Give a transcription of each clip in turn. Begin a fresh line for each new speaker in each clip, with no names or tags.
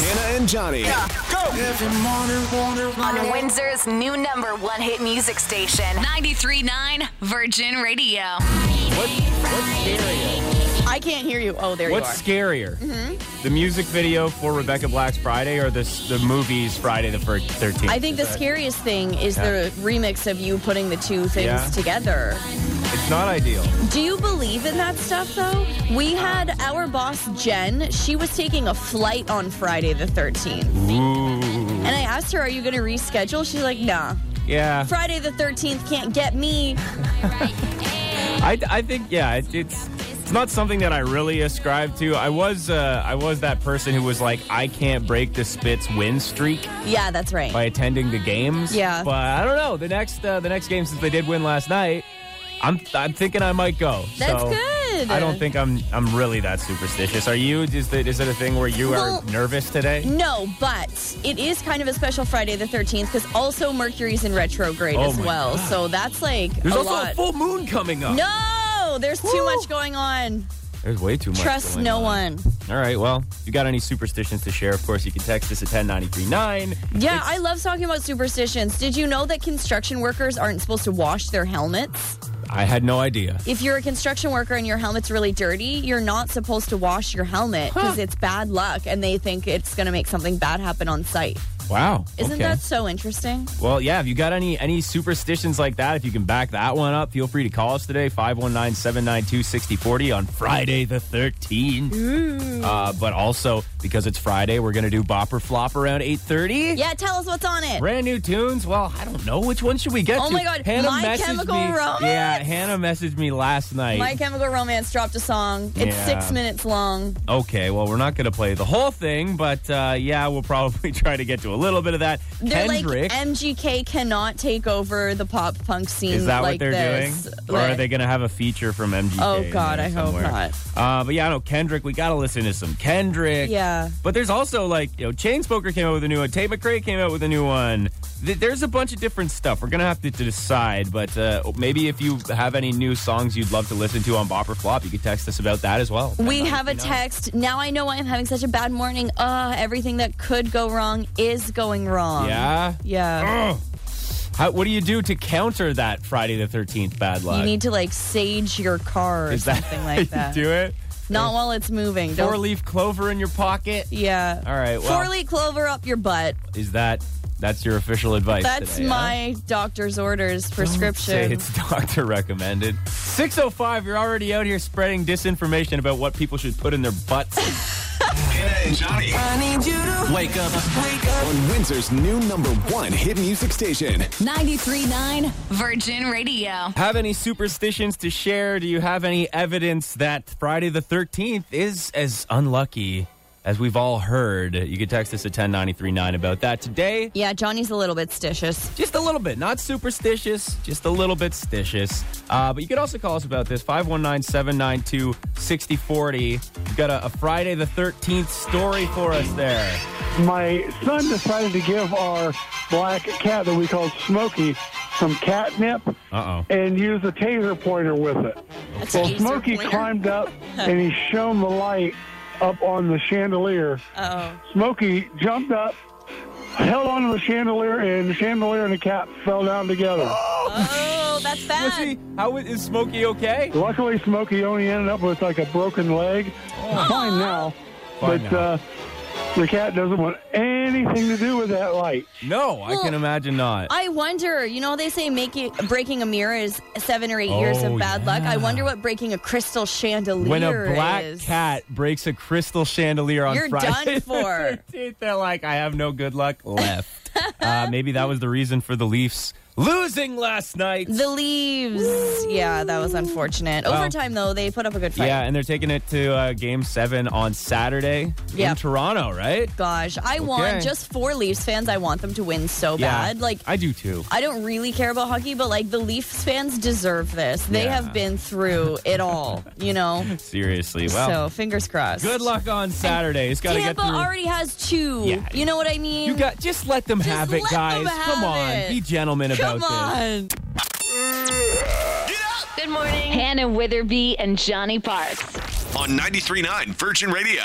and Johnny.
on Windsor's new number one hit music station,
93.9 Virgin Radio.
I can't hear you. Oh, there
What's
you
scarier, the music video for Rebecca Black's Friday or the the movie's Friday the Fir- 13th?
are. I think the scariest thing is the remix of you putting the two things
Yeah.
together.
it's not ideal.
Do you believe in that stuff though? We had our boss Jen, she was taking a flight on Friday the 13th.
Ooh,
And I asked her, "Are you going to reschedule?" She's like, "Nah.
yeah.
Friday the 13th can't get me."
I, I think yeah, it, it's it's not something that I really ascribe to. I was uh, I was that person who was like, I can't break the Spitz win streak
Yeah, that's right.
by attending the games.
Yeah.
but I don't know the next uh, the next game since they did win last night. I'm I'm thinking I might go.
That's
So,
good.
I don't think I'm I'm really that superstitious. Are you? Is it is it a thing where you
Well-
are nervous today?
No, but it is kind of a special Friday the 13th because also Mercury's in retrograde
Oh
as
my
well. So that's like
There's
a
also
lot.
a full moon coming up.
no, there's too much going on.
There's way too much.
Trust
going
no one.
on. All right, well, if you got any superstitions to share, of course, you can text us at 10939.
Yeah,
It's-
I love talking about superstitions. Did you know that construction workers aren't supposed to wash their helmets?
I had no idea.
If you're a construction worker and your helmet's really dirty, you're not supposed to wash your helmet because it's bad luck and they think it's going to make something bad happen on site.
Wow.
Isn't
okay.
that so interesting?
Well, yeah, if you got any any superstitions like that, if you can back that one up, feel free to call us today, 519-792-6040 on Friday the 13th. Uh, but also, because it's Friday, we're going to do Bop or Flop around 8.30.
Yeah, tell us what's on it.
Brand new tunes. Well, I don't know. Which one should we get
Oh
to?
my God, My
messaged
Chemical
me,
Romance?
Yeah, Hannah messaged me last night.
My Chemical Romance dropped a song. It's
Yeah.
six minutes long.
Okay, well, we're not going to play the whole thing, but uh, yeah, we'll probably try to get to a little bit of that.
They're like
Kendrick,
MGK cannot take over the pop punk scene.
is that
like
what they're
this.
doing? Or are
Like-
they going to have a feature from MGK?
Oh,
in
God,
there
I hope
somewhere?
not.
Uh, but yeah, I know Kendrick. We got to listen to some Kendrick.
Yeah.
But there's also like you know, Chainsmoker came out with a new one. Tate McRae came out with a new one. Th- There's a bunch of different stuff. We're gonna have to, to decide, but uh, maybe if you have any new songs you'd love to listen to on Bop or Flop, you could text us about that as well.
We have a text. Now I know why I'm having such a bad morning. Uh, everything that could go wrong is going wrong.
Yeah.
Yeah.
How, what do you do to counter that Friday the Thirteenth bad luck?
You need to like sage your car or
Oh, Is that
something
how
like
you
that.
do it?
Not while it's moving. Don't-
Four leaf clover in your pocket.
yeah.
All right, well-
Four leaf clover up your butt.
Is that that's your official advice?
That's
today, huh?
my doctor's orders
Say
prescription.
it's doctor recommended. 605, you're already out here spreading disinformation about what people should put in their butts.
Hannah and Johnny.
Wake up.
On Windsor's new number one hit music station.
93.9 Virgin Radio.
Have any superstitions to share? Do you have any evidence that Friday the 13th is as unlucky as we've all heard? You could text us at 10939 about that today.
yeah, Johnny's a little bit stitious.
Just a little bit, not superstitious, just a little bit stitious. Uh, but you could also call us about this 519 792 6040. You've got a, a Friday the 13th story for us there.
My son decided to give our black cat that we called Smokey some catnip
Uh oh.
and use a taser pointer with it.
That's
Well,
user
Smokey
pointer.
climbed up and he shone the light up on the chandelier.
Oh.
Smokey jumped up, held onto the chandelier, and the chandelier and the cat fell down together.
Oh, that's
Was
bad.
he? How is, is Smokey okay?
Luckily, Smokey only ended up with like a broken leg. Fine now,
Oh. Fine
but
now.
Uh, the cat doesn't want anything to do with that light.
No, I
Well,
can imagine not.
I wonder, you know, they say making breaking a mirror is seven or eight years
Oh,
of bad luck. I
yeah.
wonder what breaking a crystal chandelier
when a black
is.
cat breaks a crystal chandelier on
You're
Friday,
done for.
the 13th, they're like, I have no good luck left. uh, maybe that was the reason for the Leafs losing last night.
The leaves. Yeah, that was unfortunate.
Well.
Overtime though, they put up a good fight.
yeah, and they're taking it to uh, Game Seven on Saturday
Yeah.
in Toronto, right?
Gosh, I want
Okay.
just four Leafs fans. I want them to win so bad. Like
I do too.
I don't really care about hockey, but like the Leafs fans deserve this. They
Yeah.
have been through it all, you know.
Seriously, well,
so fingers crossed.
good luck on Saturday. It's got to get
Tampa
through.
already has two.
Yeah.
You know what I mean?
you got just let them have it,
let
guys.
them
Come
have
on,
it.
be gentlemen
Come
about this.
on.
Good morning. Hannah Witherby and Johnny Parks.
On 93.9 Virgin Radio.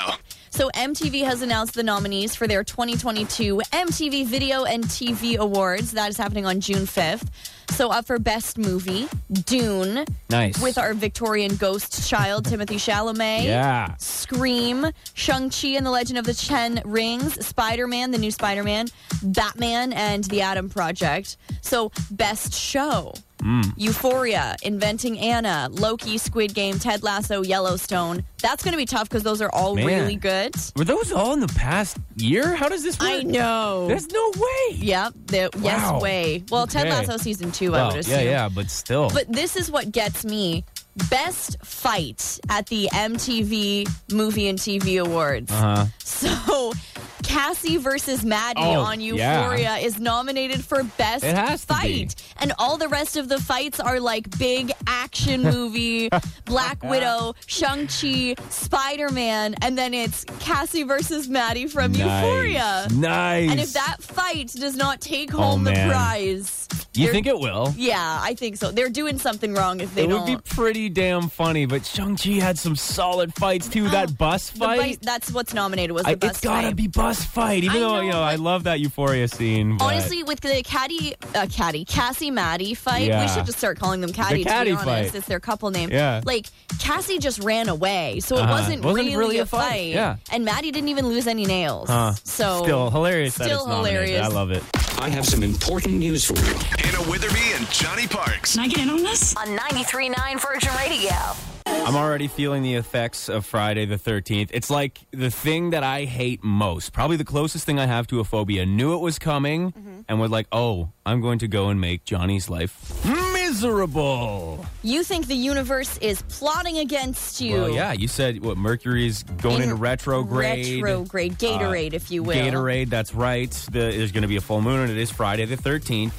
So MTV has announced the nominees for their 2022 MTV Video and TV Awards. That is happening on June 5th. So up for Best Movie, Dune.
Nice.
With our Victorian ghost child, Timothy Chalamet.
Yeah.
Scream, Shang-Chi and the Legend of the Ten Rings, Spider-Man, the new Spider-Man, Batman, and The Atom Project. So, best show.
Mm.
Euphoria, Inventing Anna, Loki, Squid Game, Ted Lasso, Yellowstone. That's going to be tough because those are all
Man.
really good.
Were those all in the past year? How does this work?
I know.
There's no way.
Yep. the-
Wow.
Yes, way. Well, Ted
Okay.
Lasso season two, I
Well,
would assume.
yeah, yeah, but still.
But this is what gets me. Best fight at the MTV Movie and TV Awards.
Uh-huh.
So, Cassie versus Maddie
Oh,
on
yeah.
Euphoria is nominated for best
It has to be.
fight, and all the rest of the fights are like big action movie, Black Widow, Shang Chi, Spider Man, and then it's Cassie versus Maddie from
Nice.
Euphoria.
Nice. Oh,
And if that fight does not take home the
man.
prize,
you
they're-
think it will?
yeah, I think so. They're doing something wrong if they
It
don't.
would be pretty damn funny, but Shang-Chi had some solid fights too. That bus
Oh, The
fight.
bus- that's what's nominated was the
I-
bus
it's gotta
fight.
be bus fight, even
I
though
know,
you know I
but-
love that Euphoria scene. but-
Honestly, with the caddy, uh, caddy, Cassie Maddie fight, we
Yeah.
should just start calling them caddy.
Caddy
to be honest,
fight.
it's their couple name.
Yeah.
Like Cassie just ran away, so it
Uh-huh.
wasn't,
Wasn't
really,
really
a
a fight.
fight.
Yeah.
And Maddie didn't even lose any nails.
Huh.
So
still hilarious. that
still
it's nominated.
hilarious.
I love it.
I have some important news for you.
Hannah Witherby and Johnny Parks.
Can I get in on this?
on 93.9 Virgin Radio.
I'm already feeling the effects of Friday the 13th. It's like the thing that I hate most, probably the closest thing I have to a phobia. Knew it was coming
Mm-hmm.
and was like, oh, I'm going to go and make Johnny's life miserable.
You think the universe is plotting against you?
Well, yeah, you said what Mercury's going
In
into retrograde. Uh,
retrograde, Gatorade, if you will.
Gatorade, that's right. The, there's going to be a full moon, and it is Friday the 13th.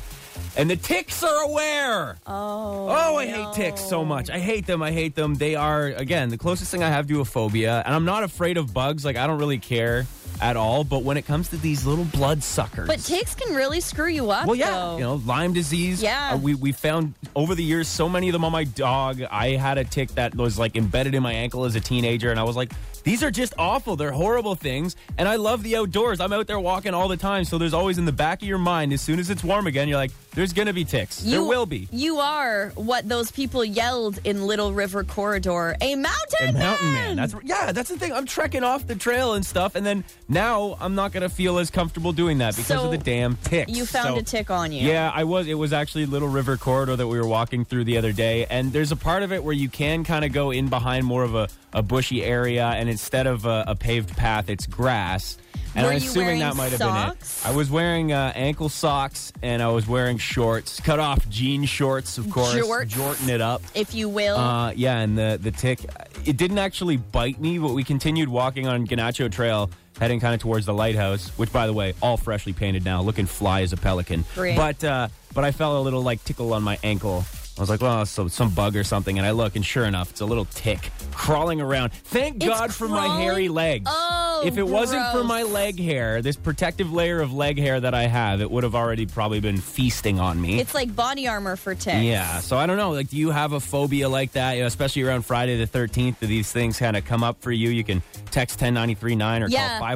And the ticks are aware.
Oh,
Oh, I hate ticks so much. I hate them. I hate them. They are, again, the closest thing I have to a phobia. And I'm not afraid of bugs. Like, I don't really care at all. But when it comes to these little bloodsuckers.
But ticks can really screw you up.
Well, yeah.
though.
You know, Lyme disease.
Yeah.
Uh, we, we found over the years so many of them on my dog. I had a tick that was like embedded in my ankle as a teenager. And I was like, these are just awful. They're horrible things. And I love the outdoors. I'm out there walking all the time. So there's always in the back of your mind, as soon as it's warm again, you're like, there's going to be ticks. there will be.
You are what those people yelled in Little River Corridor, a mountain,
A mountain man. That's yeah. That's the thing. I'm trekking off the trail and stuff, and then now I'm not gonna feel as comfortable doing that because
So,
of the damn ticks.
you found
So-
a tick on you.
Yeah, I was. It was actually Little River Corridor that we were walking through the other day, and there's a part of it where you can kind of go in behind more of a, a bushy area, and instead of a, a paved path, it's grass. And
Were
I'm
you
assuming
wearing
that might
socks?
have been it. I was wearing uh, ankle socks and I was wearing shorts, cut off jean shorts, of course,
Jorts.
jorting it up.
If you will.
Uh, yeah, and the the tick, it didn't actually bite me, but we continued walking on Ganacho Trail, heading kind of towards the lighthouse, which, by the way, all freshly painted now, looking fly as a pelican.
Great.
But uh, but I felt a little like tickle on my ankle. I was like, well, so some bug or something, and I look, and sure enough, it's a little tick crawling around. Thank
It's
God for my
crawling-
hairy legs.
Oh,
if it wasn't for
gross.
my leg hair, this protective layer of leg hair that I have, it would have already probably been feasting on me.
it's like body armor for ticks.
Yeah, so I don't know. Like, do you have a phobia like that? You know, especially around Friday the thirteenth, do these things kind of come up for you? You can text ten ninety three nine or
Yeah.
call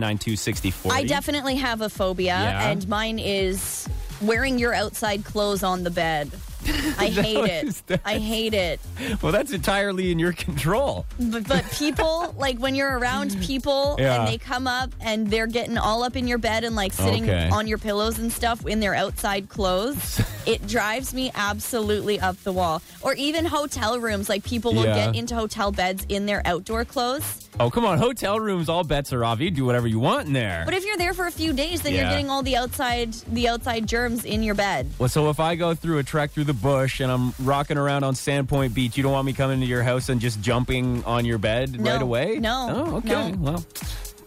519-792-6040.
I definitely have a phobia,
Yeah.
and mine is wearing your outside clothes on the bed. I hate
what
it.
is that?
I hate it.
Well, that's entirely in your control.
But, but people, like when you're around people
Yeah.
and they come up and they're getting all up in your bed and like sitting
Okay.
on your pillows and stuff in their outside clothes, it drives me absolutely up the wall. Or even hotel rooms, like people will
Yeah.
get into hotel beds in their outdoor clothes.
Oh, come on, hotel rooms, all bets are off. You do whatever you want in there.
But if you're there for a few days, then
Yeah.
you're getting all the outside the outside germs in your bed.
well, so if I go through a trek through the bush and I'm rocking around on Sandpoint Beach, you don't want me coming to your house and just jumping on your bed
No.
right away?
No.
Oh, okay.
No.
Well,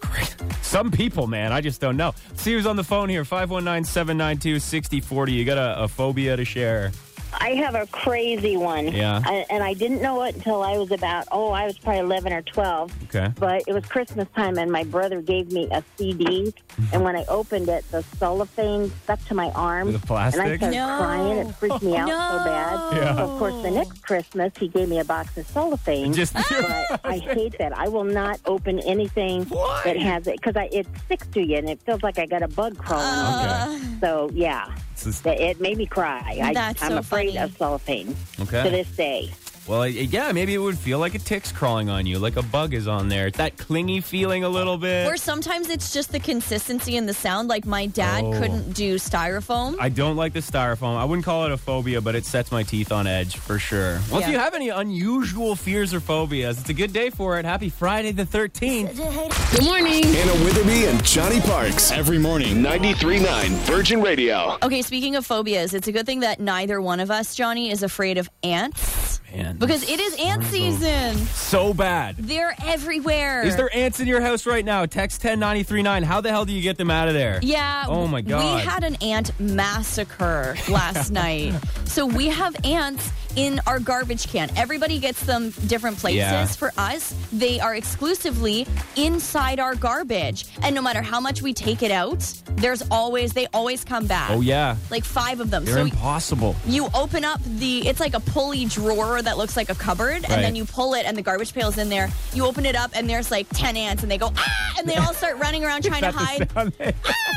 great. Some people, man, I just don't know. See who's on the phone here 519 792 6040. You got a, a phobia to share.
I have a crazy one.
Yeah.
I, and I didn't know it until I was about, oh, I was probably 11 or 12.
Okay.
But it was Christmas time, and my brother gave me a CD. and when I opened it, the cellophane stuck to my arm.
The plastic?
And I started
No.
crying. It freaked me out so bad.
Yeah.
So, of course, the next Christmas, he gave me a box of cellophane.
Just-
Ah.
but I hate that. I will not open anything
Why?
that has it because it sticks to you, and it feels like I got a bug crawling.
Oh,
on
Okay.
me. So, yeah.
It's just-
That- It made me cry. I,
That's
I'm
so
afraid
funny.
of cellophane to
Okay.
this day.
Well, it- yeah, maybe it would feel like a tick's crawling on you, like a bug is on there. It's that clingy feeling a little bit.
Or sometimes it's just the consistency and the sound. Like my dad
Oh.
couldn't do styrofoam.
I don't like the styrofoam. I wouldn't call it a phobia, but it sets my teeth on edge for sure. Well, if
Yeah.
you have any unusual fears or phobias, it's a good day for it. Happy Friday the 13th.
Good morning.
Anna Witherby and Johnny Parks.
Every morning, 93.9 Virgin Radio.
okay, speaking of phobias, it's a good thing that neither one of us, Johnny, is afraid of ants
Man,
because it is ant season.
so bad.
They're everywhere.
Is there ants in your house right now? Text 10939. How the hell do you get them out of there?
Yeah.
Oh my God.
We had an ant massacre last night. So we have ants in our garbage can. Everybody gets them different places.
Yeah.
For us, they are exclusively inside our garbage. And no matter how much we take it out, there's always they always come back.
Oh, yeah.
Like five of them.
They're
so
impossible.
you open up the it's like a pulley drawer that looks like a cupboard
Right.
and then you pull it and the garbage pail's in there you open it up and there's like 10 ants and they go ah and they all start running around trying to
Not the
hide
sound they-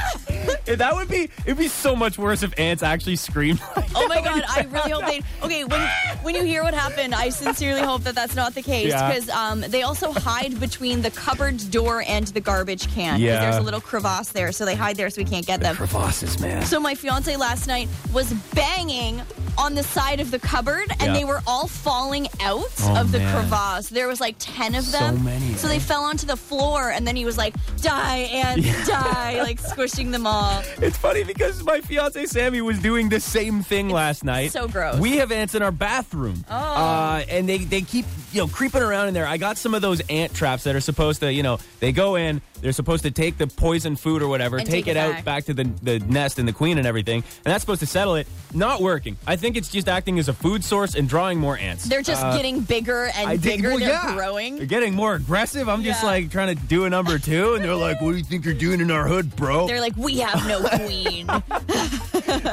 Yeah, that would be it'd be so much worse if ants actually screamed like
Oh my god! I really hope they. Okay, when when you hear what happened, I sincerely hope that that's not the case
Yeah.
because um, they also hide between the cupboard door and the garbage can. 'cause
Yeah.
there's a little crevasse there, so they hide there, so we can't get them.
crevasses, man.
So my fiance last night was banging on the side of the cupboard,
Yeah.
and they were all falling out
Oh,
of the
man.
crevasse. There was like ten of
So
them.
many,
So
eh?
they fell onto the floor, and then he was like, "Die and die!" Like squishing them all.
It's funny because my fiance Sammy was doing the same thing last night.
so gross.
We have ants in our bathroom, oh. uh, and they they keep you know creeping around in there. I got some of those ant traps that are supposed to you know they go in. They're supposed to take the poison food or whatever,
And
take, it, out back to the, the nest and the queen and everything, and that's supposed to settle it. Not working. I think it's just acting as a food source and drawing more ants.
They're just getting bigger and
Uh, I think-
bigger.
well,
They're
yeah.
growing.
They're getting more aggressive. I'm just
Yeah.
like trying to do a number two, and they're like, "What do you think you're doing in our hood, bro?
They're like, we have no queen.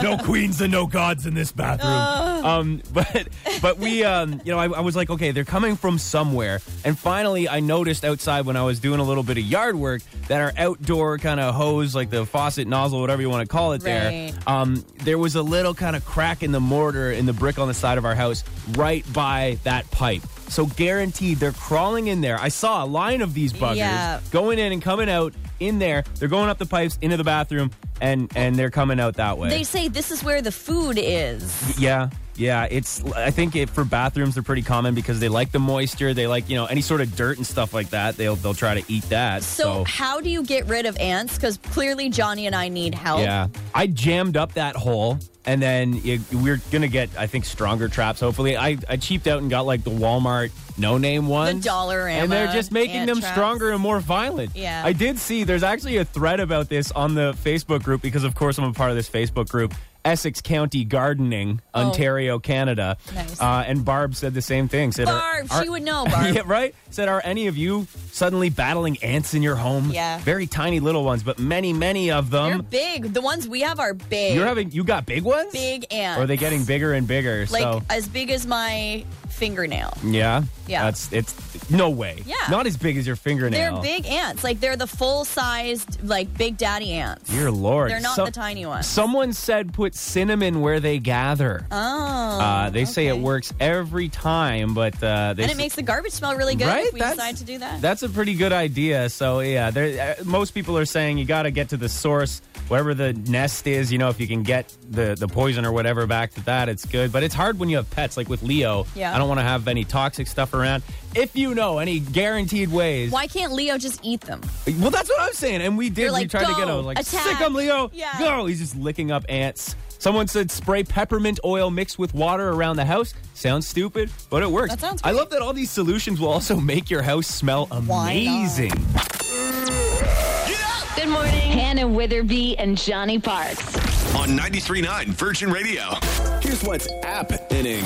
no queens and no gods in this bathroom.
Uh.
Um, but but we, um, you know, I, I was like, okay, they're coming from somewhere. And finally, I noticed outside when I was doing a little bit of yard work that our outdoor kind of hose, like the faucet nozzle, whatever you want to call it, there,
Right.
um, there was a little kind of crack in the mortar in the brick on the side of our house, right by that pipe. So guaranteed, they're crawling in there. I saw a line of these buggers
Yeah.
going in and coming out in there. They're going up the pipes into the bathroom. And, and they're coming out that way.
they say this is where the food is.
Yeah, yeah. It's I think it, for bathrooms they're pretty common because they like the moisture. They like you know any sort of dirt and stuff like that. They'll they'll try to eat that.
So,
So,
how do you get rid of ants? Because clearly Johnny and I need help.
yeah, I jammed up that hole. And then you, we're gonna get, I think, stronger traps. Hopefully, I, I cheaped out and got like the Walmart no-name ones,
Dollarama
and they're just making
ant
them
traps.
stronger and more violent.
Yeah.
I did see there's actually a thread about this on the Facebook group because, of course, I'm a part of this Facebook group, Essex County Gardening, Ontario, Canada.
Oh. Nice.
Uh, and Barb said the same thing. Said our-
Barb,
our-
she would know, Barb.
yeah, right? Said, are any of you suddenly battling ants in your home?
Yeah.
Very tiny little ones, but many, many of
They're
them.
big. The ones we have are big.
um, You're having, you got big ones?
big ants.
Or are they getting bigger and bigger?
like uh,
so.
as big as my fingernail?
Yeah.
Yeah.
That's it's no way.
Yeah.
Not as big as your fingernail.
They're big ants. Like they're the full sized, like big daddy ants.
Dear Lord.
They're not
So-
the tiny ones.
Someone said put cinnamon where they gather.
Oh.
uh, they say it
okay.
works every time, but uh, they
And
s-
it makes the garbage smell really good
Right?
if we
That's-
decide to do that.
That's a pretty good idea. So yeah, there, uh, most people are saying you got to get to the source, wherever the nest is. You know, if you can get the the poison or whatever back to that, it's good. But it's hard when you have pets, like with Leo.
Yeah.
I don't want to have any toxic stuff around. If you know any guaranteed ways,
Why can't Leo just eat them?
well, that's what I'm saying. And we did.
You're
we
like,
tried to
"Go,
get him. Like,
attack."
sick him, Leo.
Yeah.
Go. He's just licking up ants. Someone said spray peppermint oil mixed with water around the house. Sounds stupid, but it works.
That sounds
I
great.
love that all these solutions will also make your house smell
Why not?
amazing.
Hannah Witherby and Johnny Parks.
on 93.9 Virgin Radio.
Here's what's happening.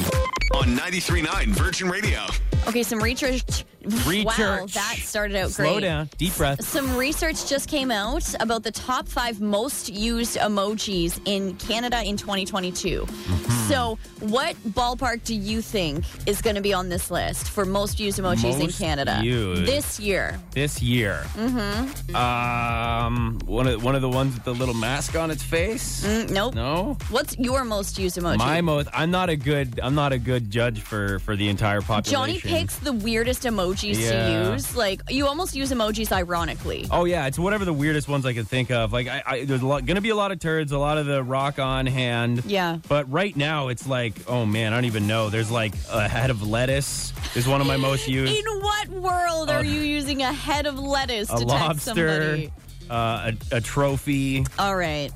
On 93.9 Virgin Radio.
Okay, some research. Wow,
Research.
that started out
Slow
great.
down. Deep breath.
Some research just came out about the top five most used emojis in Canada in 2022.
Mm-hmm.
So, what ballpark do you think is going to be on this list for most used emojis in
Most
Canada
used.
this year?
This year. Mm-hmm. Um, one of one of the ones with the little mask on its face.
Mm, Nope.
No.
What's your most used emoji?
My most. I'm not a good. I'm not a good judge for for the entire population.
Johnny picks the weirdest emojis
Yeah.
to use. Like you almost use emojis ironically.
Oh yeah, it's whatever the weirdest ones I can think of. Like, I, I there's a lot, gonna be a lot of turds, a lot of the rock on hand.
Yeah.
But right now, it's like, oh man, I don't even know. There's like a head of lettuce. Is one of my most used.
In what world
Uh,
are you using a head of lettuce
a
to text
lobster.
somebody?
Uh, a, a trophy,
All right.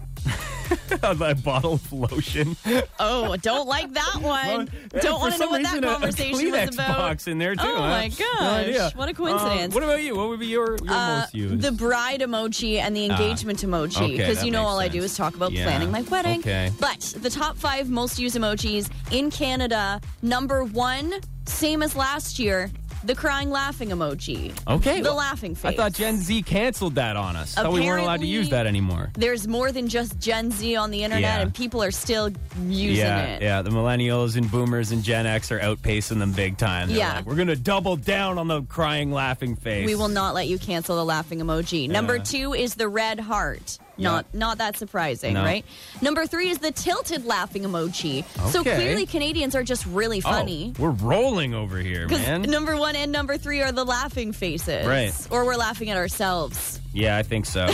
a bottle of lotion.
Oh, don't like that one. don't want to know what that conversation was about.
Box in there too.
Oh
huh?
my
No
gosh,
idea.
what a coincidence.
Uh, what about you? What would be your, your
Uh,
most used? Ah,
the bride emoji and the engagement emoji
okay,
because
that
you know
makes
all I do
sense.
is talk about
Yeah.
planning my wedding.
Okay.
But the top five most used emojis in Canada, number one, same as last year, the crying laughing emoji.
okay.
the
well,
laughing face.
I thought Gen Z canceled that on us. I thought we weren't allowed to
Apparently-
use that anymore.
There's more than just Gen Z on the internet,
Yeah.
and people are still using
yeah,
it.
yeah. The millennials and boomers and Gen X are outpacing them big time. They're
Yeah.
like, we're gonna double down on the crying, laughing face.
We will not let you cancel the laughing emoji. Number two is the red heart. Not not that surprising,
No.
right? Number three is the tilted laughing emoji. So
Okay.
clearly Canadians are just really
Oh,
funny.
we're rolling over here,
'Cause
man.
number one and number three are the laughing faces.
Right.
Or we're laughing at ourselves.
Yeah, I think so.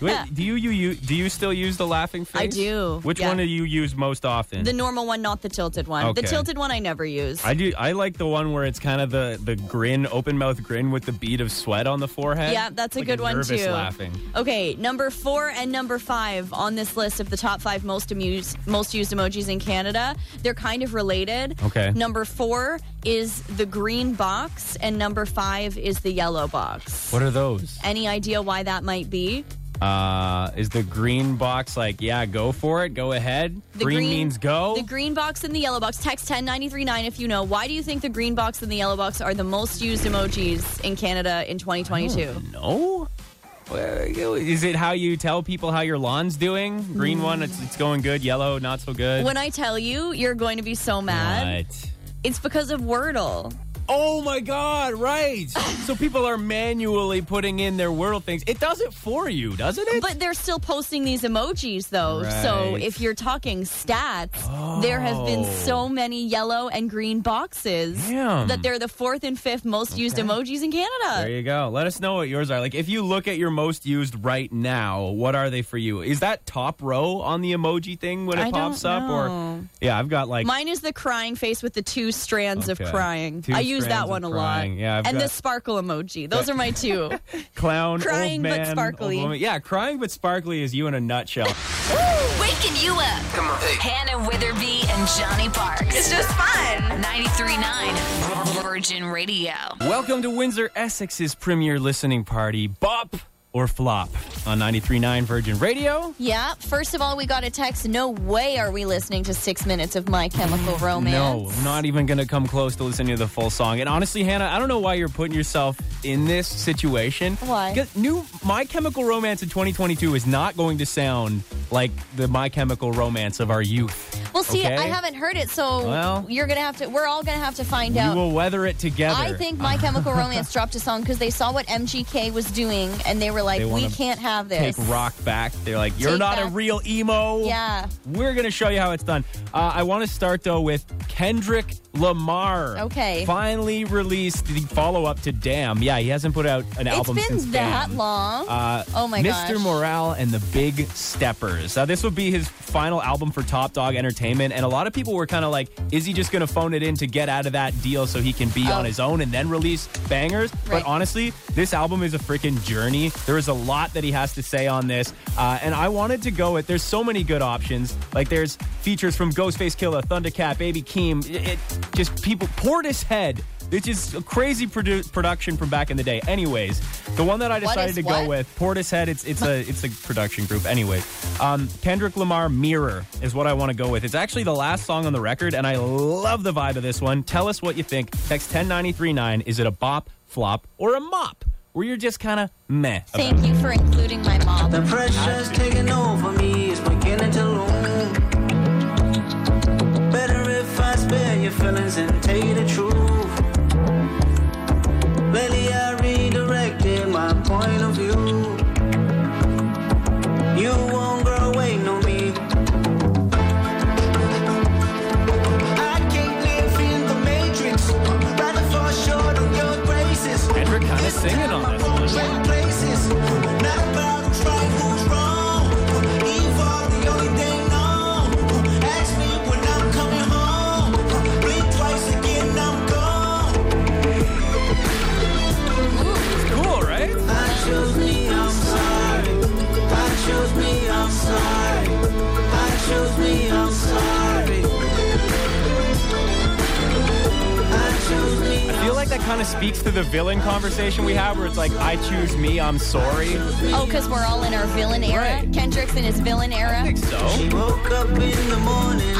Wait, do you, you you do you still use the laughing face?
I do,
Which
yeah.
one do you use most often?
The normal one, not the tilted one. The
Okay.
tilted one I never use.
I do. I like the one where it's kind of the the grin, open mouth grin with the bead of sweat on the forehead.
yeah, that's a
Like
good one
nervous
too.
Laughing.
Okay, number four and number five on this list of the top five most amused, most used emojis in Canada. They're kind of related.
Okay.
Number four is the green box, and number five is the yellow box.
What are those?
Any idea why that might be?
Uh, is the green box like? Yeah, go for it. Go ahead.
The
green, means go.
The green box and the yellow box. Text 10939 if you know. Why do you think the green box and the yellow box are the most used emojis in Canada in 2022?
Oh. no. Well, Is it how you tell people how your lawn's doing? Green one, it's, it's going good. Yellow, not so good.
When I tell you, you're going to be so mad.
What?
It's because of Wordle.
Oh my God! Right. so people are manually putting in their world things. It does it for you, doesn't it?
But they're still posting these emojis, though. So
Right. Oh.
if you're talking stats, there have been so many yellow and green boxes
Damn.
that they're the fourth and fifth most used emojis in
There
Canada.
you go. Let us know what yours are. Like, if you look at your most used right now, what are they for you? Is that top row on the emoji thing when it
I don't
pops up? Or
know.
yeah, I've got like
Mine is the crying face with the two strands
Okay.
of crying.
Two
I use
strands
that
of
one a
crying.
lot.
Yeah, I've
and
got-
the sparkle emoji. Those are my two.
clown,
crying
old
but
man, old
sparkly.
woman. Yeah, crying but sparkly is you in a nutshell.
Waking you up. Come on. Hannah Witherby and Johnny Parks. It's just fun. 93.9 Virgin Radio.
Welcome to Windsor Essex's premier listening party, Bop or Flop on 93.9 Virgin Radio.
yeah, first of all, we got a text. No way are we listening to six minutes of My Chemical Romance.
No, not even going to come close to listening to the full song. And honestly, Hannah, I don't know why you're putting yourself in this situation.
Why?
Because new My Chemical Romance in 2022 is not going to sound like the My Chemical Romance of our youth.
Well, see,
Okay.
I haven't heard it, so
Well-
you're gonna have to. We're all gonna have to find out.
We will weather it together.
I think My Chemical Romance dropped a song because they saw what MGK was doing, and they were like,
They
"We
wanna
can't have this."
Take rock back. They're like, you're
Take
not a
back-
real emo.
Yeah.
We're going to show you how it's done. Uh, I want to start, though, with Kendrick Lamar.
Okay.
Finally released the follow up to Damn. Yeah, he hasn't put out an
It's
album since
been that
Damn.
long.
Uh,
oh my gosh.
Mr. Morale and the Big Steppers. Now, this would be his final album for Top Dog Entertainment, and a lot of people were kind of like, is he just going to phone it in to get out of that deal so he can be on his own and then release bangers? But
Oh. Right.
honestly, this album is a freaking journey. There is a lot that he has to say on this, uh, and I wanted to go with, there's so many good options. Like, there's features from Ghostface Killer, Thundercat, Baby Keem, it, it- just people, Portishead. which is a crazy produ- production from back in the day. Anyways, the one that I
What
decided
is
to
what?
go with Portishead. It's it's a it's a production group. Anyway, um, Kendrick Lamar Mirror is what I want to go with. It's actually the last song on the record, and I love the vibe of this one. Tell us what you think. Text ten ninety three nine. Is it a bop, flop, or a mop? Where you're just kind of meh. about it?
Thank you for including my mom.
The pressure's taking over me, it's beginning to loom. Better if I spare your feelings and tell you the truth. Lately I redirected my point of view. You won't grow away, no me. I can't live in the matrix. Rather fall short of your graces.
Kendrick kind of singing on this one. Cool, right? I feel like that kind of speaks to the villain conversation we have, where it's like, "I choose me, I'm sorry."
Oh, because we're all in our villain era.
Right.
Kendrick's in his villain
I
era.
think so.
I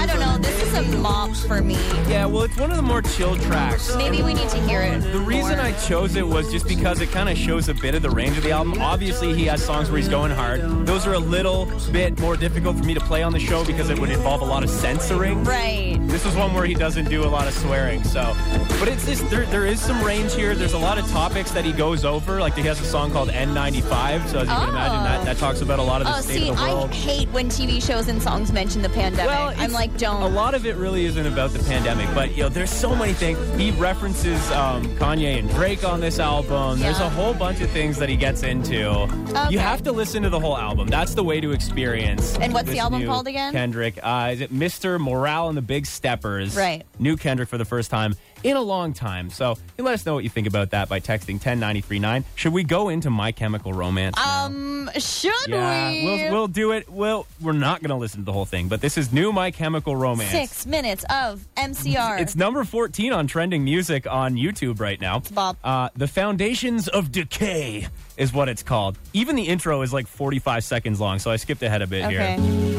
don't know. This is a mop for me.
Yeah, well, it's one of the more chill tracks.
Maybe we need to hear it.
The reason I chose it was just because it kind of shows a bit of the range of the album. Obviously, he has songs where he's going hard. Those are a little bit more difficult for me to play on the show because it would involve a lot of censoring.
Right.
This is one where he doesn't do a lot of swearing, so. But it's just, there, there is some range here. There's a lot of topics that he goes over. Like, he has a song called N95, so as you
Oh.
can imagine, that, that talks about a lot of the
Oh,
state
see,
of the
I
world.
hate when TV shows and songs mention the pandemic. I'm
it's-
like,
A
don't.
lot of it really isn't about the pandemic, but you know, there's so many things. He references um, Kanye and Drake on this album. There's
Yeah.
a whole bunch of things that he gets into.
Okay.
You have to listen to the whole album. That's the way to experience.
And what's the
this
album
new
called again?
Kendrick. Uh, is it Mr. Morale and the Big Steppers?
Right.
New Kendrick for the first time in a long time. So you let us know what you think about that by texting 10939. Should we go into My Chemical Romance? now?
Um, should we?
Yeah, we'll, we'll do it. We'll, we're not going to listen to the whole thing, but this is new My Chemical Romance.
Six minutes of MCR.
It's number 14 on trending music on YouTube right now.
Bob.
Uh, the Foundations of Decay is what it's called. Even the intro is like 45 seconds long, so I skipped ahead a bit
okay.
here.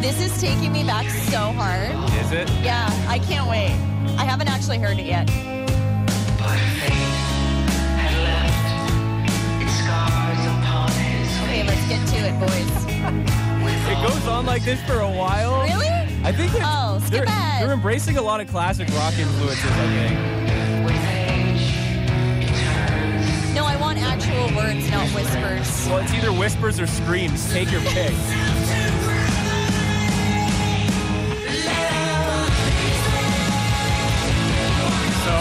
This is taking me back so hard.
Is it?
Yeah, I can't wait. I haven't actually heard it yet. Okay, let's get to it, boys.
It goes on like this for a while.
Really?
I think it's,
Oh, skip
they're,
ahead.
they're embracing a lot of classic rock influences, I think.
No, I want actual words, not whispers.
Well, it's either whispers or screams. Take your pick. So.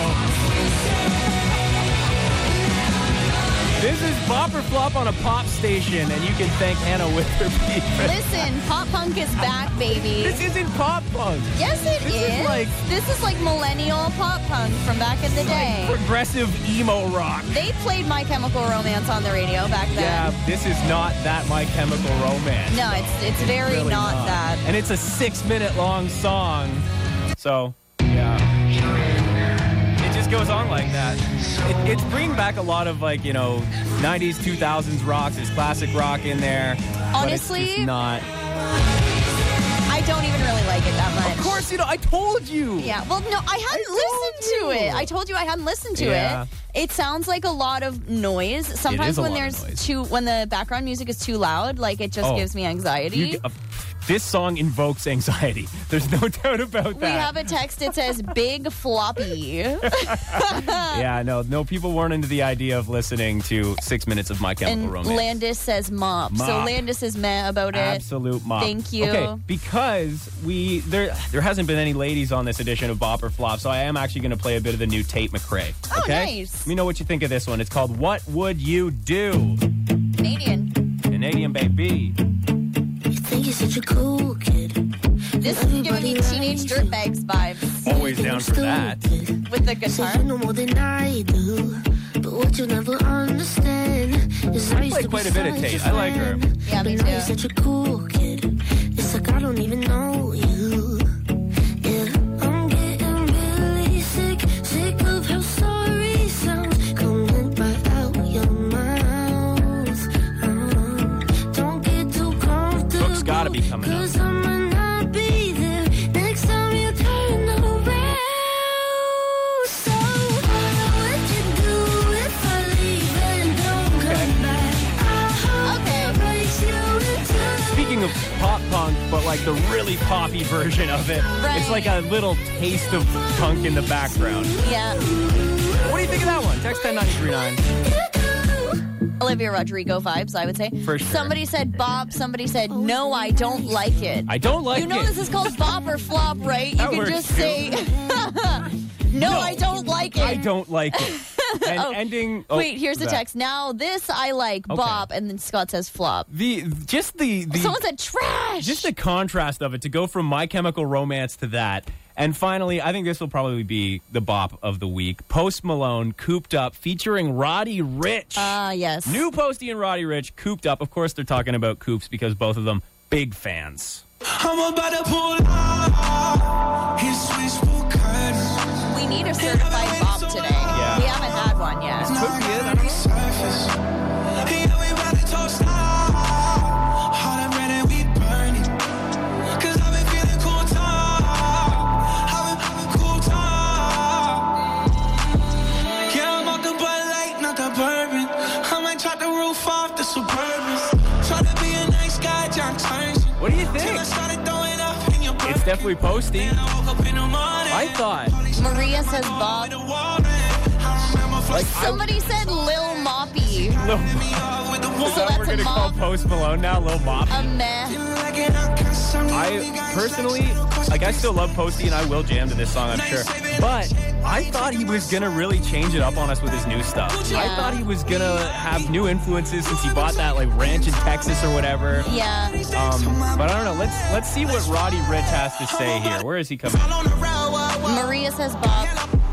This is Bop or Flop on a pop station, and you can thank Hannah Witherby for
Listen, pop punk is back, baby.
This isn't pop punk.
Yes, it is.
This is like-
This is like millennial pop punk from back in the day.
Progressive emo rock.
They played My Chemical Romance on the radio back
Yeah,
then.
this is not that My Chemical Romance.
No, it's it's very
Really
not, that.
And it's a six minute long song. So, yeah. It just goes on like that. It, it's bringing back a lot of, like, you know, 90s, 2000s rocks. There's classic rock in there. but it's just
Honestly-
not.
I don't even really like it that much.
Of course, you know, I told you.
Yeah. Well, no, I hadn't listened to it. I told you I hadn't listened to
Yeah.
it. It sounds like a lot of noise. Sometimes
a
when
lot of
there's
noise.
too when the background music is too loud, like it just
Oh.
gives me anxiety.
You- uh, this song invokes anxiety. There's no doubt about that.
we have a text that says big floppy.
yeah, no, no. People weren't into the idea of listening to six minutes of My Chemical
and
Romance.
Landis says mop. So
Mop.
Landis is meh about it.
Absolute mop.
Thank you.
Okay, because we there there hasn't been any ladies on this edition of Bop or Flop, so I am actually going to play a bit of the new Tate McRae.
Oh,
okay?
nice.
Let me know what you think of this one. It's called "What Would You Do?"
Canadian.
Canadian baby.
Think you're such a cool kid.
This is giving me teenage dirtbags vibes
Always down for that.
with the guitar.
know more than I do.
But what you never understand is I used
Play
to be
quite a bit of
such
Tate. I like her.
fan.
Yeah, me
But now
too.
you're such a cool kid. It's like I don't even know you. Yeah, I'm getting really sick, sick of how sorry sounds coming right out your mouth. Oh, don't get too comfortable.
Book's gotta be coming up.
'cause I might not be there next time you turn around. So I know what you do if I leave and don't come back. I hope it breaks you into
Speaking of pop punk, but like the really poppy version of it, it's like a little taste of punk in the background.
Yeah.
What do you think of that one? Text 10939.
Olivia Rodrigo vibes, I would say.
For sure.
Somebody said Bob, somebody said, No, I don't like it.
I don't like
you know
it.
this is called Bob or Flop, right? You
That
can
works,
just
too.
say no, I don't like it.
I don't like it. And ending. oh,
Wait, here's the
that.
text. Now this I like
Okay.
Bob and then Scott says flop.
The just the the
Someone said trash.
just the contrast of it to go from My Chemical Romance to that. And finally, I think this will probably be the bop of the week. Post Malone, Cooped Up, featuring Roddy Rich.
Ah, yes.
New Posty and Roddy Rich, Cooped Up. Of course, they're talking about Coops because both of them big fans.
I'm about to pull out his wishful curtains.
We need a certified Bob today.
Yeah.
We haven't had one yet.
Now I gotta resurface. Hey, now we about to toast out. All that red and we burn it. 'Cause I've been feeling cool top. I've been feeling cool top. Yeah, I'm out the Bud Light, not the bourbon. I might chop the roof off the Suburbans. Try to be a nice guy, John Turner.
What do you
Till I
think?
started throwing up in your
It's definitely Posty.
I woke up in the morning.
I thought.
Maria says Bob.
Like, I
Somebody said Lil Moppy.
Lil,
So
so we're
that's a
going to call
mop.
Post Malone now Lil Mop.
A meh.
I personally, like, I still love Posty and I will jam to this song, I'm sure. But I thought he was gonna really change it up on us with his new stuff. I
Yeah.
thought he was gonna have new influences since he bought that like ranch in Texas or whatever.
Yeah.
Um, but I don't know. Let's let's see what Roddy Rich has to say here. Where is he coming? from?
Maria says Bob.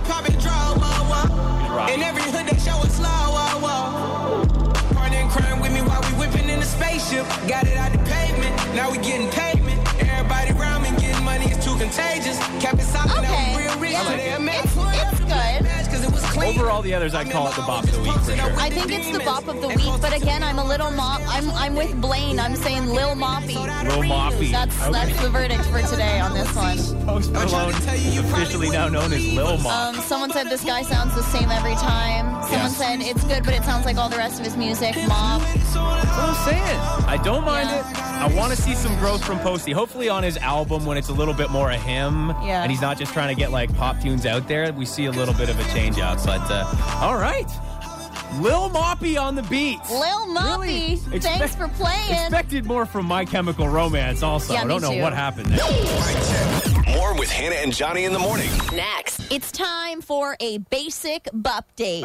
In
Roddy.
every hood they show us law, whoa, whoa. Running crime with me while we whipping in the spaceship. Got it out the pavement, now we getting payment. Everybody round me getting money is too contagious. Kept it solid, now
Okay.
we real rich.
Yeah.
Today I made
It's, it's good.
cash 'cause it was clean.
Overall, the others I call it the bop of the week for sure.
I think it's the bop of the week, but again, I'm a little mop. I'm I'm with Blaine. I'm saying Lil Moppy.
Lil Moppy.
That's that's the verdict for today on this one.
Post Malone, officially now known as Lil Mop.
Um, someone said this guy sounds the same every time. Someone
Yes.
said it's good, but it sounds like all the rest of his music. Mop.
That's what I'm saying. I don't mind
Yeah.
it. I want to see some growth from Posty. Hopefully on his album when it's a little bit more of him.
Yeah.
And he's not just trying to get like pop tunes out there. We see a little bit of a change out. But uh, all right. Lil Moppy on the beat.
Lil Moppy.
Really?
Thanks
Expect-
for playing.
Expected more from My Chemical Romance also.
Yeah,
I
me
don't know
too.
what happened there.
More with Hannah and Johnny in the morning.
Next.
It's time for a basic bupdate.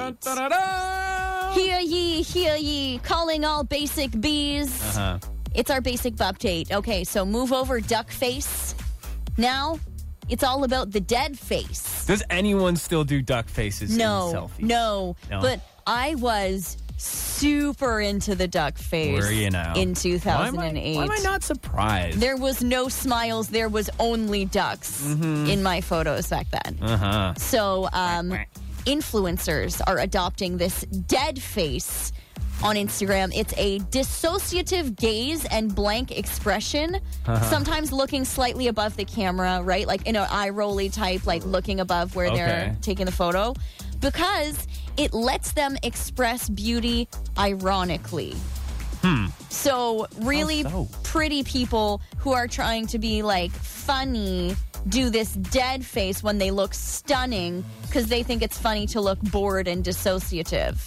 Da-da-da!
Hear ye, hear ye, calling all basic bees.
Uh-huh.
It's our basic update. Okay, so move over duck face. Now it's all about the dead face.
Does anyone still do duck faces in
No,
selfies?
no,
No.
But I was super into the duck face
Were you now?
in
Why am I-
2008.
Why am I not surprised?
There was no smiles, there was only ducks in my photos back then.
Mm-hmm. uh-huh.
So, um, influencers are adopting this dead face on Instagram. It's a dissociative gaze and blank expression, sometimes looking slightly above the camera, right? Like in an eye rolly type, like looking above where
Okay.
they're taking the photo, because it lets them express beauty ironically. Hmm. So, really
How so?
pretty people who are trying to be like funny do this dead face when they look stunning because they think it's funny to look bored and dissociative.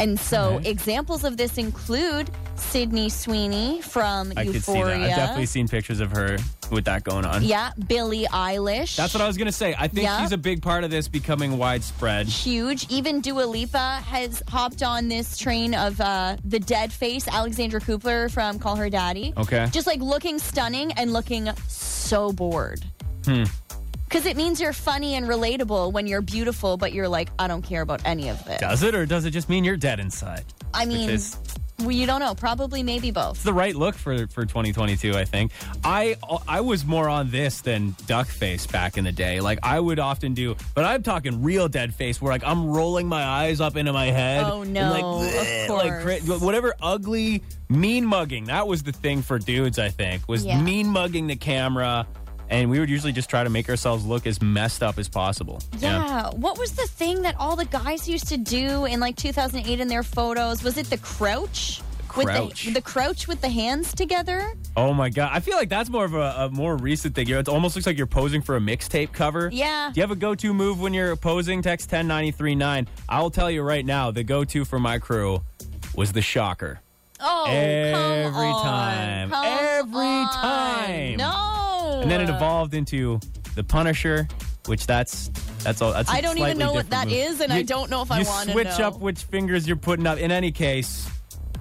And so,
Okay.
examples of this include Sydney Sweeney from
I could see
Euphoria.
that. I've definitely seen pictures of her with that going on.
yeah, Billie Eilish.
That's what I was going to say. I think
Yeah.
she's a big part of this becoming widespread.
Huge. Even Dua Lipa has hopped on this train of uh, the dead face, Alexandra Cooper from Call Her Daddy.
Okay. Hmm.
Just like looking stunning and looking so bored. Because it means you're funny and relatable when you're beautiful, but you're like, I don't care about any of this.
Does it, or does it just mean you're dead inside?
I mean,
It's-
well, you don't know. Probably, maybe both.
it's the right look for for 2022 i think i i was more on this than duck face back in the day like i would often do but i'm talking real dead face where like i'm rolling my eyes up into my head
Oh,
and,
no,
like,
of
bleh, like cra- whatever ugly mean mugging that was the thing for dudes i think was
Yeah.
mean mugging the camera and we would usually just try to make ourselves look as messed up as possible
Yeah. What was the thing that all the guys used to do in like 2008 in their photos? Was it the crouch?
crouch.
With the, the crouch with the hands together?
Oh my god! I feel like that's more of a, a more recent thing. It almost looks like you're posing for a mixtape cover.
Yeah.
Do you have a go-to move when you're posing? Text ten ninety three nine. I'll tell you right now, the go-to for my crew was the shocker.
Oh,
Every
come on.
time.
Come
Every
on.
time.
No.
And then it evolved into the Punisher, which that's that's all. That's a
I don't even
slightly
know what that
different move.
is, and I don't know if I
you
wanna
switch
know.
up which fingers you're putting up. In any case,